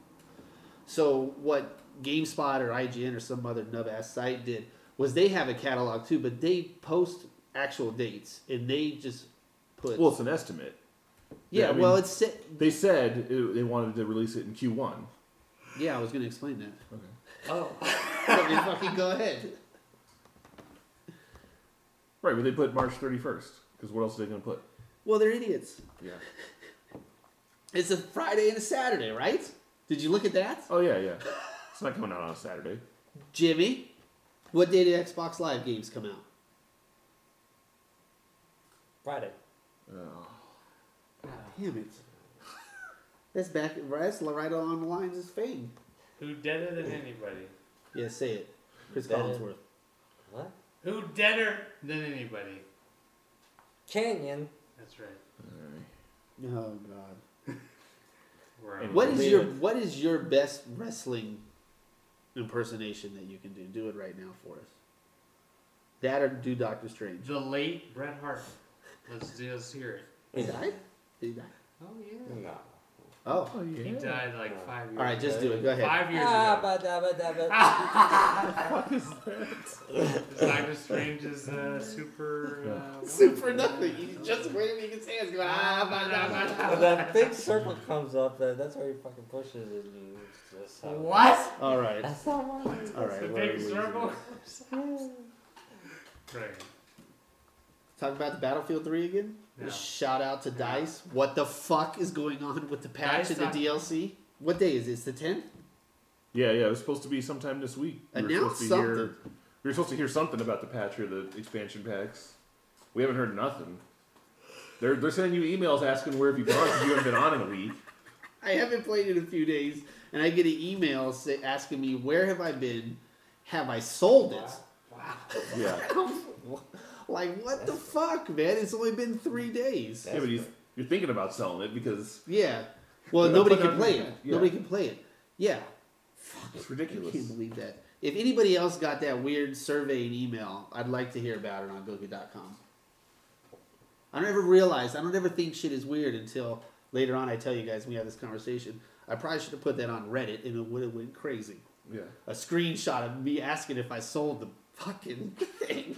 [SPEAKER 4] So what GameSpot or IGN or some other nub ass site did was they have a catalog too, but they post actual dates and they just put
[SPEAKER 1] well, it's an estimate.
[SPEAKER 4] yeah,
[SPEAKER 1] yeah, I
[SPEAKER 4] well
[SPEAKER 1] mean-
[SPEAKER 4] it's sa-
[SPEAKER 1] They said it, they wanted to release it in Q1.
[SPEAKER 4] yeah I was gonna explain that.
[SPEAKER 1] Okay.
[SPEAKER 3] Oh.
[SPEAKER 4] Let me fucking go ahead.
[SPEAKER 1] Right, but they put March 31st because what else are they going to put?
[SPEAKER 4] Well, they're idiots.
[SPEAKER 1] Yeah.
[SPEAKER 4] It's a Friday and a Saturday, right? Did you look at that,
[SPEAKER 1] Oh yeah, yeah. It's not coming out on a Saturday.
[SPEAKER 4] Jimmy? What day did Xbox Live games come out?
[SPEAKER 2] Friday.
[SPEAKER 1] Oh.
[SPEAKER 4] Damn it! That's back. That's right on the lines as Fame.
[SPEAKER 3] Who deader than anybody?
[SPEAKER 4] Yeah, say it, Chris
[SPEAKER 2] That-
[SPEAKER 4] Collinsworth.
[SPEAKER 2] What?
[SPEAKER 3] Who deader than anybody?
[SPEAKER 2] Canyon.
[SPEAKER 3] That's right.
[SPEAKER 4] Oh God!
[SPEAKER 3] We're
[SPEAKER 1] And
[SPEAKER 4] What is
[SPEAKER 1] Man.
[SPEAKER 4] your What is your best wrestling impersonation that you can do? Do it right now for us. That or do Doctor Strange?
[SPEAKER 3] the late Bret Hart. Let's just hear it.
[SPEAKER 4] He died. Did he die?
[SPEAKER 3] Oh yeah.
[SPEAKER 2] No.
[SPEAKER 4] Oh,
[SPEAKER 1] Oh yeah.
[SPEAKER 3] He died like five years.
[SPEAKER 4] all right. Just do it. Go ahead.
[SPEAKER 3] Five years
[SPEAKER 2] Ah,
[SPEAKER 3] ago.
[SPEAKER 2] ba da ba da ba.
[SPEAKER 3] It's Doctor Strange's uh, super. Uh,
[SPEAKER 4] Super nothing. He's just waving his hands, going ah, bah, bah, bah, bah."
[SPEAKER 2] When that big circle comes up, uh, that's where he fucking pushes it. And it's just how-
[SPEAKER 3] What?
[SPEAKER 4] All right,
[SPEAKER 2] That's not one.
[SPEAKER 4] all right.
[SPEAKER 3] The
[SPEAKER 4] what are
[SPEAKER 3] big
[SPEAKER 4] we-
[SPEAKER 3] circle.
[SPEAKER 2] Yeah.
[SPEAKER 3] Right.
[SPEAKER 4] Talk about the Battlefield Three again.
[SPEAKER 3] No.
[SPEAKER 4] Shout out to Dice. What the fuck is going on with the patch
[SPEAKER 3] Dice
[SPEAKER 4] and the
[SPEAKER 3] not-
[SPEAKER 4] DLC? What day is it? It's the tenth.
[SPEAKER 1] Yeah, yeah. It was supposed to be sometime this week. We were
[SPEAKER 4] Announce
[SPEAKER 1] supposed to
[SPEAKER 4] something.
[SPEAKER 1] Hear, we were supposed to hear something about the patch or the expansion packs. We haven't heard nothing. They're they're sending you emails asking where have you gone because you haven't been on in a week.
[SPEAKER 4] I haven't played in a few days, and I get an email say, asking me where have I been? Have I sold it?
[SPEAKER 3] Wow.
[SPEAKER 1] Yeah.
[SPEAKER 4] like what the fuck, man? It's only been three days.
[SPEAKER 1] yeah, but he's, you're thinking about selling it because
[SPEAKER 4] Yeah. Well,
[SPEAKER 1] Yeah,
[SPEAKER 4] nobody
[SPEAKER 1] put
[SPEAKER 4] can
[SPEAKER 1] it
[SPEAKER 4] play
[SPEAKER 1] on-
[SPEAKER 4] it.
[SPEAKER 1] yeah.
[SPEAKER 4] Nobody can play it. Yeah.
[SPEAKER 1] it's
[SPEAKER 4] I
[SPEAKER 1] ridiculous.
[SPEAKER 4] can't believe that. If anybody else got that weird survey and email, I'd like to hear about it on Goku.com. I don't ever realize. I don't ever think shit is weird until later on. I tell you guys we have this conversation. I probably should have put that on Reddit, and it would have went crazy.
[SPEAKER 1] Yeah.
[SPEAKER 4] A screenshot of me asking if I sold the fucking thing.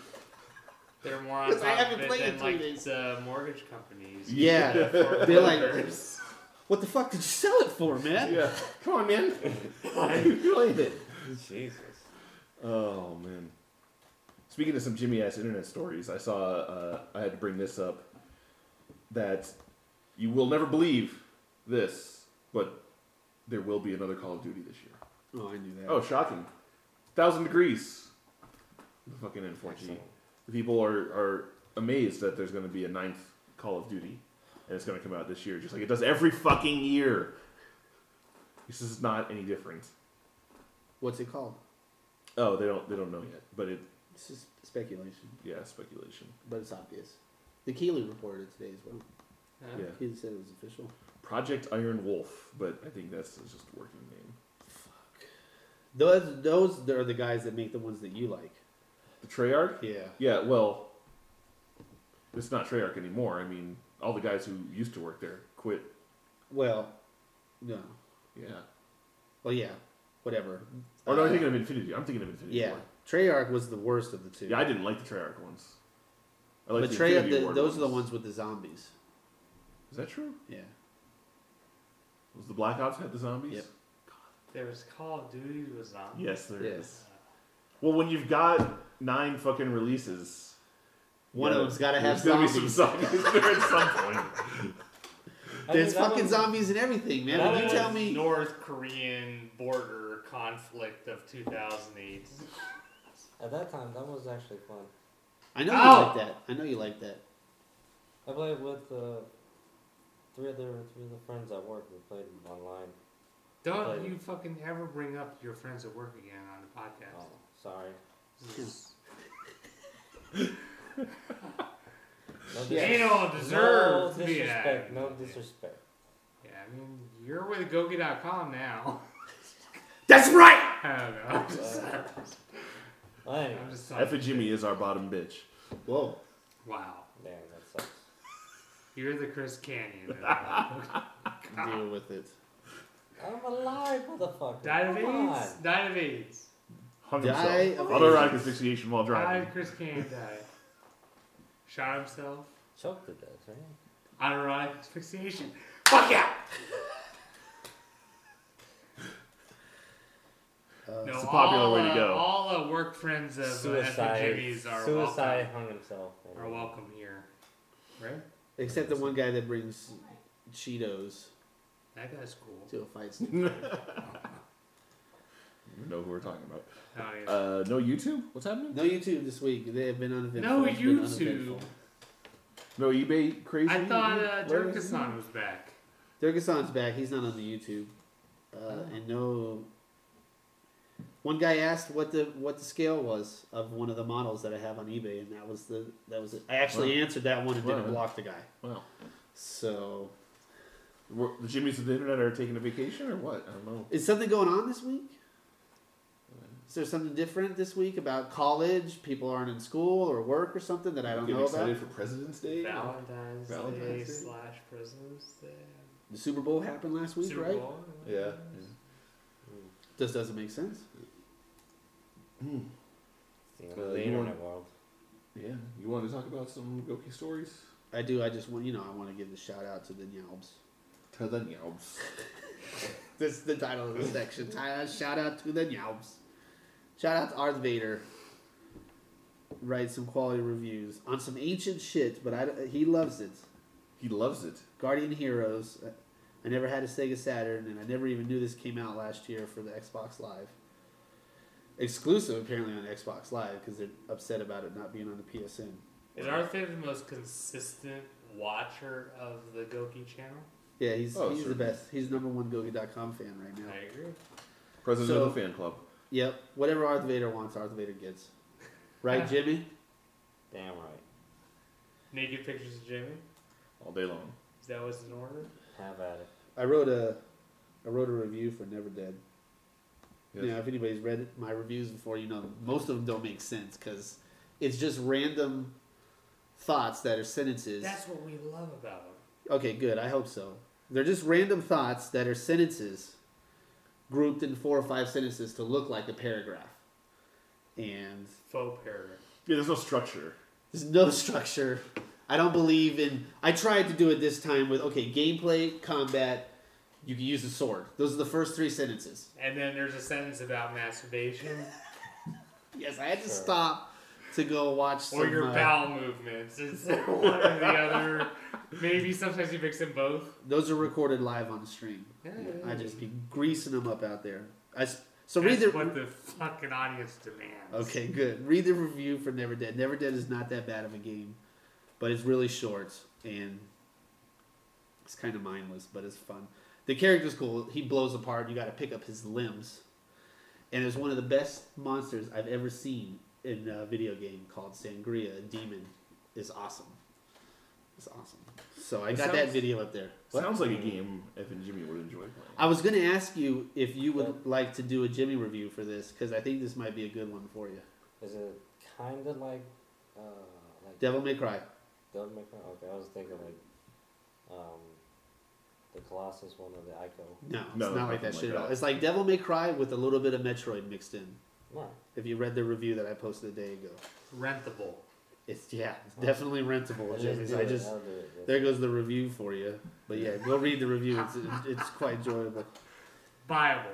[SPEAKER 3] They're more on
[SPEAKER 4] 'Cause
[SPEAKER 3] top
[SPEAKER 4] I haven't
[SPEAKER 3] of it
[SPEAKER 4] played in
[SPEAKER 3] than
[SPEAKER 4] three
[SPEAKER 3] like
[SPEAKER 4] days.
[SPEAKER 3] the mortgage companies.
[SPEAKER 4] Yeah.
[SPEAKER 3] The
[SPEAKER 4] They're like-
[SPEAKER 3] foreclosures.
[SPEAKER 4] What the fuck did you sell it for, man?
[SPEAKER 1] Yeah. Come on, man. you ain't it.
[SPEAKER 2] Jesus.
[SPEAKER 1] Oh man. Speaking of some Jimmy ass internet stories, I saw. Uh, I had to bring this up. That you will never believe this, but there will be another Call of Duty this year.
[SPEAKER 4] Oh, I knew that.
[SPEAKER 1] Oh, shocking! Thousand degrees. The fucking N4G. The People are are amazed that there's going to be a ninth Call of Duty, and it's going to come out this year, just like it does every fucking year. This is not any different.
[SPEAKER 4] What's it called?
[SPEAKER 1] Oh, they don't they don't know yet, but it
[SPEAKER 4] This is speculation,
[SPEAKER 1] yeah speculation.
[SPEAKER 4] but it's obvious. The Keeley reported today as well.
[SPEAKER 3] Huh?
[SPEAKER 1] Yeah.
[SPEAKER 4] He said it was official.
[SPEAKER 1] Project Iron Wolf, but I think that's just a working name.
[SPEAKER 4] Those those are the guys that make the ones that you like.
[SPEAKER 1] The Treyarch?
[SPEAKER 4] Yeah.
[SPEAKER 1] Yeah, well, it's not Treyarch anymore. I mean, all the guys who used to work there quit.
[SPEAKER 4] Well, no.
[SPEAKER 1] Yeah.
[SPEAKER 4] Well, yeah. Whatever.
[SPEAKER 1] Or no,
[SPEAKER 4] Uh,
[SPEAKER 1] I'm thinking of Infinity. I'm thinking of Infinity
[SPEAKER 4] Yeah,
[SPEAKER 1] Ward.
[SPEAKER 4] Treyarch was the worst of the two.
[SPEAKER 1] Yeah, I didn't like the Treyarch ones. I like
[SPEAKER 4] but Treyarch,
[SPEAKER 1] Infinity
[SPEAKER 4] the,
[SPEAKER 1] Ward
[SPEAKER 4] those are the ones with the zombies.
[SPEAKER 1] Is that true?
[SPEAKER 4] Yeah.
[SPEAKER 1] Was the Black Ops had the zombies?
[SPEAKER 4] Yep.
[SPEAKER 3] There was Call of Duty was on.
[SPEAKER 1] Yes, there is.
[SPEAKER 4] Yes.
[SPEAKER 1] Well, when you've got nine fucking releases,
[SPEAKER 4] One of
[SPEAKER 1] yeah,
[SPEAKER 4] them's gotta have
[SPEAKER 1] there's gonna be
[SPEAKER 4] zombies.
[SPEAKER 1] some zombies there at some point.
[SPEAKER 4] There's fucking zombies and everything, man.
[SPEAKER 3] That
[SPEAKER 4] When you
[SPEAKER 3] was
[SPEAKER 4] tell me,
[SPEAKER 3] uh, North Korean border conflict of 2008.
[SPEAKER 2] At that time, that was actually fun.
[SPEAKER 4] I know
[SPEAKER 3] Ow!
[SPEAKER 4] you like that. I know you like that.
[SPEAKER 2] I played with uh, three other three other friends at work. We played online.
[SPEAKER 3] Don't
[SPEAKER 2] But-
[SPEAKER 3] you fucking ever bring up your friends at work again on the podcast.
[SPEAKER 2] Oh, sorry.
[SPEAKER 4] Oh.
[SPEAKER 3] This is-
[SPEAKER 2] No dis-
[SPEAKER 3] They don't
[SPEAKER 2] no
[SPEAKER 3] deserve to be
[SPEAKER 2] disrespect.
[SPEAKER 3] at-
[SPEAKER 2] No disrespect.
[SPEAKER 3] Yeah, I mean, you're with gogi.com now.
[SPEAKER 4] That's right.
[SPEAKER 3] I don't know. I'm just,
[SPEAKER 1] Uh,
[SPEAKER 2] Well, anyway,
[SPEAKER 3] I'm just
[SPEAKER 1] Effa Jimmy is our bottom bitch.
[SPEAKER 4] Whoa.
[SPEAKER 3] Wow.
[SPEAKER 2] damn, that sucks.
[SPEAKER 3] You're the Chris Canyon. of that.
[SPEAKER 4] Deal with it.
[SPEAKER 2] I'm alive, motherfucker.
[SPEAKER 3] Died of
[SPEAKER 2] Come on.
[SPEAKER 3] AIDS. Died of AIDS.
[SPEAKER 1] Hung
[SPEAKER 4] Die
[SPEAKER 1] himself.
[SPEAKER 4] of
[SPEAKER 1] Autoerotic
[SPEAKER 4] AIDS.
[SPEAKER 1] asphyxiation while driving.
[SPEAKER 3] Died. Chris Canyon died. Shot himself.
[SPEAKER 2] Choked to death, right?
[SPEAKER 3] Autoerotic asphyxiation. Fuck yeah.
[SPEAKER 4] Uh,
[SPEAKER 1] a popular
[SPEAKER 3] all,
[SPEAKER 1] way to
[SPEAKER 3] uh,
[SPEAKER 1] go.
[SPEAKER 3] All uh, work friends of Suicide.
[SPEAKER 2] Suicide.
[SPEAKER 3] Jimmy's are
[SPEAKER 2] Suicide hung himself.
[SPEAKER 3] welcome. Are welcome here, right?
[SPEAKER 4] Except the one guy that brings Cheetos
[SPEAKER 3] That guy's cool.
[SPEAKER 4] to a fight.
[SPEAKER 1] You know who we're talking about.
[SPEAKER 3] No, he-
[SPEAKER 1] Uh, no YouTube? What's happening?
[SPEAKER 4] No YouTube this week. They have been uneventful.
[SPEAKER 3] no
[SPEAKER 4] It's been
[SPEAKER 3] YouTube.
[SPEAKER 4] uneventful.
[SPEAKER 1] No eBay crazy?
[SPEAKER 3] I thought uh,
[SPEAKER 1] Where is he?
[SPEAKER 3] Turkestan was back.
[SPEAKER 4] Durgasan's back. He's not on the YouTube.
[SPEAKER 1] Oh.
[SPEAKER 4] Uh, and no. One guy asked what the what the scale was of one of the models that I have on eBay, and that was the that was it. I actually answered that one and
[SPEAKER 1] Wow.
[SPEAKER 4] didn't block the guy.
[SPEAKER 1] Wow.
[SPEAKER 4] So
[SPEAKER 1] Were- The Jimmys of the internet are taking a vacation or what? I don't know.
[SPEAKER 4] is something going on this week? Is there something different this week about college? People aren't in school or work or something that I don't
[SPEAKER 1] Get
[SPEAKER 4] know
[SPEAKER 1] excited
[SPEAKER 4] about.
[SPEAKER 1] for President's Day?
[SPEAKER 3] Valentine's, Day
[SPEAKER 1] Valentine's Day?
[SPEAKER 3] slash President's Day.
[SPEAKER 4] The Super Bowl happened last week,
[SPEAKER 3] Super
[SPEAKER 4] right?
[SPEAKER 3] Bowl.
[SPEAKER 1] Yeah.
[SPEAKER 4] This doesn't make sense.
[SPEAKER 2] It's
[SPEAKER 1] Uh,
[SPEAKER 2] the
[SPEAKER 1] you
[SPEAKER 2] internet world.
[SPEAKER 1] Yeah. You want to talk about some Goki stories?
[SPEAKER 4] I do. I just want you know. I want to give the shout out to the Nyalbs.
[SPEAKER 1] Tell the yelps.
[SPEAKER 4] This is the title of the section. Ty- Shout out to the Nyalbs. Shout out to Arth Vader. Writes some quality reviews on some ancient shit, but I, he loves it.
[SPEAKER 1] He loves it.
[SPEAKER 4] Guardian Heroes. I never had a Sega Saturn, and I never even knew this came out last year for the Xbox Live. Exclusive, apparently, on Xbox Live because they're upset about it not being on the PSN.
[SPEAKER 3] Is Arthur the most consistent watcher of the Goki channel?
[SPEAKER 4] Yeah, he's,
[SPEAKER 1] Oh,
[SPEAKER 4] he's
[SPEAKER 1] sure.
[SPEAKER 4] the best. He's the number one Gogi.com fan right now.
[SPEAKER 3] I agree.
[SPEAKER 1] President
[SPEAKER 4] So-
[SPEAKER 1] of the fan club.
[SPEAKER 4] Yep, whatever Arth Vader wants, Arth Vader gets. Right, Jimmy?
[SPEAKER 2] Damn right.
[SPEAKER 3] Naked pictures of Jimmy.
[SPEAKER 1] All day long.
[SPEAKER 3] Is that what's in order?
[SPEAKER 2] Have at it.
[SPEAKER 4] I wrote a I wrote a review for Never Dead.
[SPEAKER 1] Yes.
[SPEAKER 4] Now, if anybody's read my reviews before, you know most of them don't make sense because it's just random thoughts that are sentences.
[SPEAKER 3] That's what we love about them.
[SPEAKER 4] Okay, good. I hope so. They're just random thoughts that are sentences grouped in four or five sentences to look like a paragraph. And
[SPEAKER 3] Faux paragraph.
[SPEAKER 1] Yeah, there's no structure.
[SPEAKER 4] there's no structure. I don't believe in. I tried to do it this time with okay, gameplay, combat, you can use the sword. Those are the first three sentences.
[SPEAKER 3] And then there's a sentence about masturbation
[SPEAKER 4] Yes, I had to
[SPEAKER 2] Sure.
[SPEAKER 4] stop to go watch some.
[SPEAKER 3] or your
[SPEAKER 4] uh,
[SPEAKER 3] bowel movements. It's one or the other. Maybe sometimes you mix them both.
[SPEAKER 4] those are recorded live on stream. I just be greasing them up out there. I s so
[SPEAKER 3] That's
[SPEAKER 4] read the
[SPEAKER 3] what the fucking audience demands.
[SPEAKER 4] Okay, good. Read the review for Never Dead. Never Dead is not that bad of a game, but it's really short and it's kind of mindless, but it's fun. The character's cool. He blows apart. You got to pick up his limbs, and it's one of the best monsters I've ever seen in a video game called Sangria. A demon is awesome. It's awesome. So I
[SPEAKER 1] It
[SPEAKER 4] got that
[SPEAKER 1] sounds-
[SPEAKER 4] video up there.
[SPEAKER 1] Sounds like a game F and Jimmy would enjoy playing.
[SPEAKER 4] I was going to ask you if you would like to do a Jimmy review for this because I think this might be a good one for you.
[SPEAKER 2] Is it kind of like, uh, like
[SPEAKER 4] Devil May Cry.
[SPEAKER 2] Devil May Cry? Okay, I was thinking like, um, the Colossus one or the Ico.
[SPEAKER 4] No,
[SPEAKER 1] No,
[SPEAKER 4] it's not
[SPEAKER 1] nothing
[SPEAKER 4] like that
[SPEAKER 1] like
[SPEAKER 4] shit at all.
[SPEAKER 1] that.
[SPEAKER 4] It's like Devil May Cry with a little bit of Metroid mixed in.
[SPEAKER 2] Right.
[SPEAKER 4] If you read the review that I posted a day ago,
[SPEAKER 3] Rentable.
[SPEAKER 4] it's yeah, it's definitely rentable.
[SPEAKER 2] I'll
[SPEAKER 4] It
[SPEAKER 2] just
[SPEAKER 4] is.
[SPEAKER 2] do
[SPEAKER 4] I
[SPEAKER 2] it,
[SPEAKER 4] just
[SPEAKER 2] I'll do it, yes.
[SPEAKER 4] there goes the review for you. But yeah, go read the review. It's it's quite enjoyable.
[SPEAKER 3] Viable.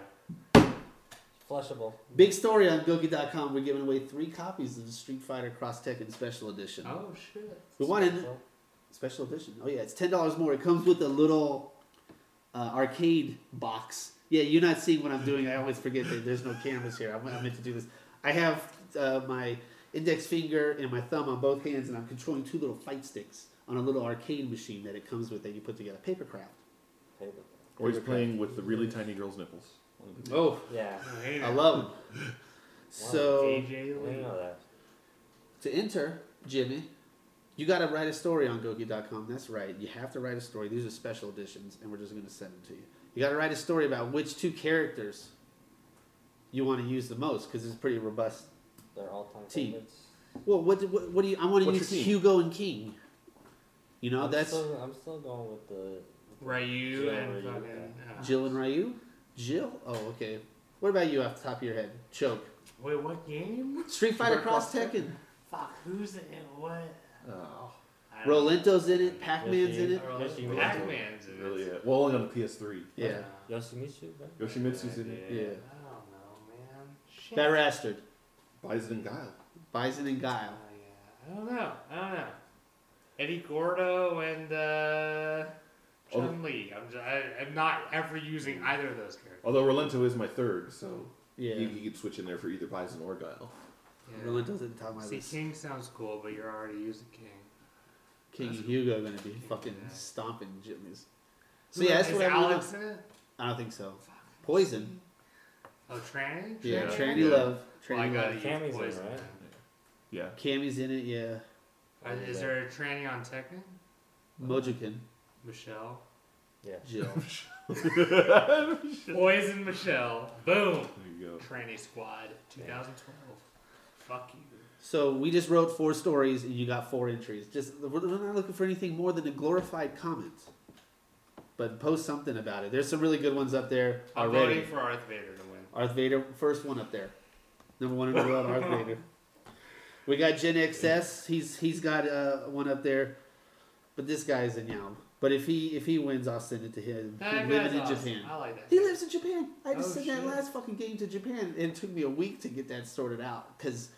[SPEAKER 2] Flushable.
[SPEAKER 4] Big story on Goki.com. We're giving away three copies of the Street Fighter Cross Tekken Special Edition.
[SPEAKER 3] Oh shit.
[SPEAKER 4] We wanted
[SPEAKER 2] So,
[SPEAKER 4] special edition. Oh yeah, it's ten dollars more. It comes with a little uh, arcade box. Yeah, you're not seeing what I'm doing. I always forget that there's no cameras here. I, I meant to do this. I have uh, my index finger and my thumb on both hands, and I'm controlling two little fight sticks on a little arcade machine that it comes with that you put together. Paper craft.
[SPEAKER 2] paper.
[SPEAKER 1] Or he's playing with the really tiny girl's nipples.
[SPEAKER 4] Oh,
[SPEAKER 2] Yeah.
[SPEAKER 3] Oh, hey
[SPEAKER 4] I
[SPEAKER 3] there.
[SPEAKER 4] love them. So
[SPEAKER 2] I
[SPEAKER 3] AJ
[SPEAKER 2] didn't
[SPEAKER 3] Lee.
[SPEAKER 2] know that.
[SPEAKER 4] to enter, Jimmy, you got to write a story on Goki.com. That's right. You have to write a story. These are special editions, and we're just going to send them to you. You got to write a story about which two characters you want to use the most because it's pretty robust.
[SPEAKER 2] They're all time
[SPEAKER 4] Team.
[SPEAKER 2] favorites.
[SPEAKER 4] Well, what do, what, what do you? I want to
[SPEAKER 1] What's
[SPEAKER 4] use
[SPEAKER 1] your team?
[SPEAKER 4] Hugo and King. You know,
[SPEAKER 2] I'm
[SPEAKER 4] that's
[SPEAKER 2] Still, I'm still going with the.
[SPEAKER 3] Ryu
[SPEAKER 2] Jill
[SPEAKER 3] and
[SPEAKER 2] Ryu,
[SPEAKER 3] fucking. Uh,
[SPEAKER 4] Jill and Ryu. Jill. Oh, okay. What about you off the top of your head? Choke.
[SPEAKER 3] Wait, what game?
[SPEAKER 4] Street Fighter
[SPEAKER 1] Fighter
[SPEAKER 4] Cross
[SPEAKER 1] Cross
[SPEAKER 4] Tekken.
[SPEAKER 3] Fuck, who's in it? What?
[SPEAKER 1] Oh,
[SPEAKER 3] I don't
[SPEAKER 4] Rolento's in it. Pac-Man's in it.
[SPEAKER 3] know. Roland-
[SPEAKER 2] Yoshimitsu.
[SPEAKER 3] Pac-Man's in it.
[SPEAKER 1] really? Yeah. Well, only on the PS3.
[SPEAKER 4] Yeah.
[SPEAKER 2] Yoshimitsu, right?
[SPEAKER 1] Yoshimitsu's in it.
[SPEAKER 4] Yeah.
[SPEAKER 3] I don't know, man. Shit.
[SPEAKER 4] Bastard.
[SPEAKER 1] Bison and Guile.
[SPEAKER 4] Bison and Guile.
[SPEAKER 3] Oh, yeah. I don't know. I don't know. Eddie Gordo and uh,
[SPEAKER 1] Oh.
[SPEAKER 3] Chun Li. I'm, just, I, I'm not ever using either of those characters.
[SPEAKER 1] Although Rolento is my third, so
[SPEAKER 4] Yeah.
[SPEAKER 1] he, he could switch in there for either Bison or Guile.
[SPEAKER 3] Yeah.
[SPEAKER 4] Rolento's at the top of my
[SPEAKER 3] See,
[SPEAKER 4] list.
[SPEAKER 3] King sounds cool, but you're already using King.
[SPEAKER 4] King and Hugo gonna be
[SPEAKER 3] King,
[SPEAKER 4] fucking
[SPEAKER 3] yeah.
[SPEAKER 4] stomping Jimmy's. So yeah, that's
[SPEAKER 3] Is
[SPEAKER 4] what I want.
[SPEAKER 3] Alex in it?
[SPEAKER 4] I don't think so. Poison.
[SPEAKER 3] Oh, Tranny?
[SPEAKER 4] Yeah,
[SPEAKER 1] Yeah.
[SPEAKER 4] Tranny Love. Tranny
[SPEAKER 3] Well, I gotta
[SPEAKER 4] Love.
[SPEAKER 3] use
[SPEAKER 2] Cammy's in it,
[SPEAKER 3] Poison.
[SPEAKER 2] right?
[SPEAKER 1] Yeah.
[SPEAKER 4] Cammy's in it. Yeah.
[SPEAKER 3] Uh, is
[SPEAKER 2] Yeah.
[SPEAKER 3] there a Tranny on Tekken? Oh.
[SPEAKER 4] Mojikin.
[SPEAKER 3] Michelle.
[SPEAKER 2] Yeah.
[SPEAKER 4] Jill.
[SPEAKER 3] Poison Michelle. Boom.
[SPEAKER 1] There you go.
[SPEAKER 3] Tranny Squad 2012. Fuck you.
[SPEAKER 4] So we just wrote four stories and you got four entries. Just we're we're not looking for anything more than a glorified comment. But post something about it. There's some really good ones up there
[SPEAKER 3] I'm
[SPEAKER 4] already.
[SPEAKER 3] voting for Darth Vader to win.
[SPEAKER 4] Darth Vader, first one up there. Number one in the world, Darth Vader. We got Gen XS. He's he's got uh, one up there, but this guy's in Yao. But if he if he wins, I'll send it to him.
[SPEAKER 3] That
[SPEAKER 4] He's
[SPEAKER 3] guy's
[SPEAKER 4] living in
[SPEAKER 3] awesome.
[SPEAKER 4] Japan.
[SPEAKER 3] I like that.
[SPEAKER 4] He
[SPEAKER 3] guy.
[SPEAKER 4] lives in Japan. I just
[SPEAKER 3] Oh,
[SPEAKER 4] sent that
[SPEAKER 3] shit.
[SPEAKER 4] last fucking game to Japan, and it took me a week to get that sorted out because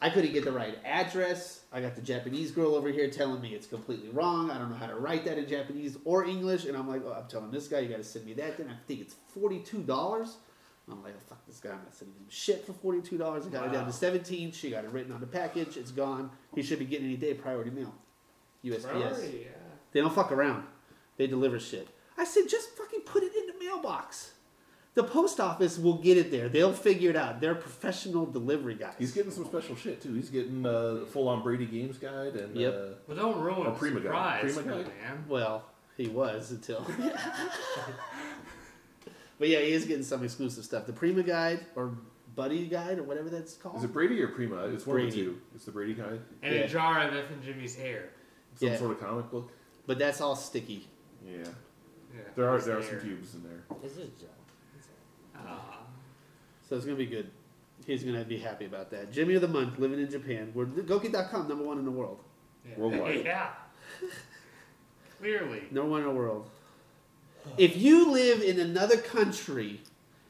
[SPEAKER 4] I couldn't get the right address. I got the Japanese girl over here telling me it's completely wrong. I don't know how to write that in Japanese or English, and I'm like, oh, I'm telling this guy you got to send me that. Then I think it's forty two dollars. I'm like, oh, fuck this guy. I'm not sending him shit for forty two dollars. I got it down
[SPEAKER 3] Wow.
[SPEAKER 4] to seventeen. She got it written on the package. It's gone. He should be getting any day priority mail. USPS.
[SPEAKER 3] Ferrari, yeah.
[SPEAKER 4] They don't fuck around. They deliver shit. I said, just fucking put it in the mailbox. The post office will get it there. They'll figure it out. They're professional delivery guys.
[SPEAKER 1] He's getting some special shit too. He's getting uh, full on Brady Games Guide and
[SPEAKER 4] Yep.
[SPEAKER 1] uh,
[SPEAKER 3] Well, don't ruin
[SPEAKER 1] Oh,
[SPEAKER 3] the
[SPEAKER 1] Prima guy.
[SPEAKER 3] surprise,
[SPEAKER 1] Prima guy.
[SPEAKER 3] man.
[SPEAKER 4] well, he was until. but yeah, he is getting some exclusive stuff. The Prima Guide or buddy guide or whatever that's called.
[SPEAKER 1] Is it Brady or Prima? It's one of the
[SPEAKER 4] Brady.
[SPEAKER 1] two. It's the Brady guy.
[SPEAKER 3] And
[SPEAKER 4] Yeah.
[SPEAKER 3] a jar of F and Jimmy's hair.
[SPEAKER 1] Some
[SPEAKER 4] Yeah.
[SPEAKER 1] sort of comic book.
[SPEAKER 4] but that's all sticky.
[SPEAKER 1] Yeah.
[SPEAKER 3] Yeah,
[SPEAKER 1] There are
[SPEAKER 3] his
[SPEAKER 1] there are some
[SPEAKER 3] hair.
[SPEAKER 1] cubes in there.
[SPEAKER 2] Is this Joe?
[SPEAKER 3] Aw.
[SPEAKER 4] So it's gonna be good. He's gonna be happy about that. Jimmy of the month, living in Japan. We're Goki.com, number one in the world.
[SPEAKER 3] Yeah.
[SPEAKER 1] Worldwide.
[SPEAKER 3] yeah. Clearly.
[SPEAKER 4] Number one in the world. If you live in another country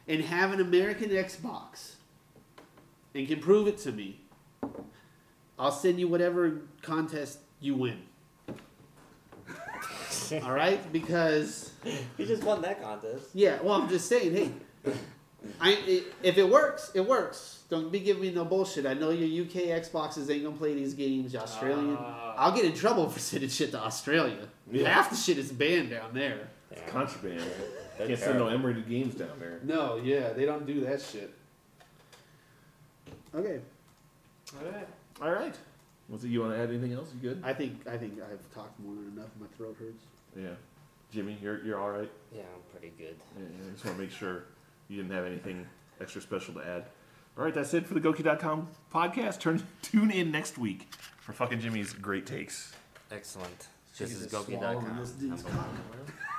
[SPEAKER 4] and have an American Xbox and can prove it to me, I'll send you whatever contest you win. All right? Because
[SPEAKER 2] He just won that contest.
[SPEAKER 4] Yeah, well, I'm just saying, hey, I, i if it works, it works. Don't be giving me no bullshit. I know your UK Xboxes ain't gonna play these games. Your Australian,
[SPEAKER 3] Ah.
[SPEAKER 4] I'll get in trouble for sending shit to Australia.
[SPEAKER 1] Yeah.
[SPEAKER 4] Half the shit is banned down there.
[SPEAKER 2] Yeah.
[SPEAKER 1] Contraband.
[SPEAKER 2] They're
[SPEAKER 1] Can't send no
[SPEAKER 2] terrible.
[SPEAKER 1] M-rated games down there.
[SPEAKER 4] No, yeah, they don't do that shit. Okay,
[SPEAKER 3] Alright.
[SPEAKER 1] All right. What's it? You want to add anything else? You good?
[SPEAKER 4] I think I think I've talked more than enough. My throat hurts.
[SPEAKER 1] Yeah. Jimmy, you're you're all right.
[SPEAKER 2] Yeah, I'm pretty good.
[SPEAKER 1] Yeah, yeah, I just want to make sure you didn't have anything extra special to add. All right, that's it for the Goki.com podcast. Turn tune in next week for fucking Jimmy's great takes.
[SPEAKER 2] Excellent. This
[SPEAKER 4] Jesus,
[SPEAKER 2] is
[SPEAKER 4] swallowing
[SPEAKER 2] Goki.com.
[SPEAKER 4] this dude's
[SPEAKER 2] Number one.
[SPEAKER 4] cock.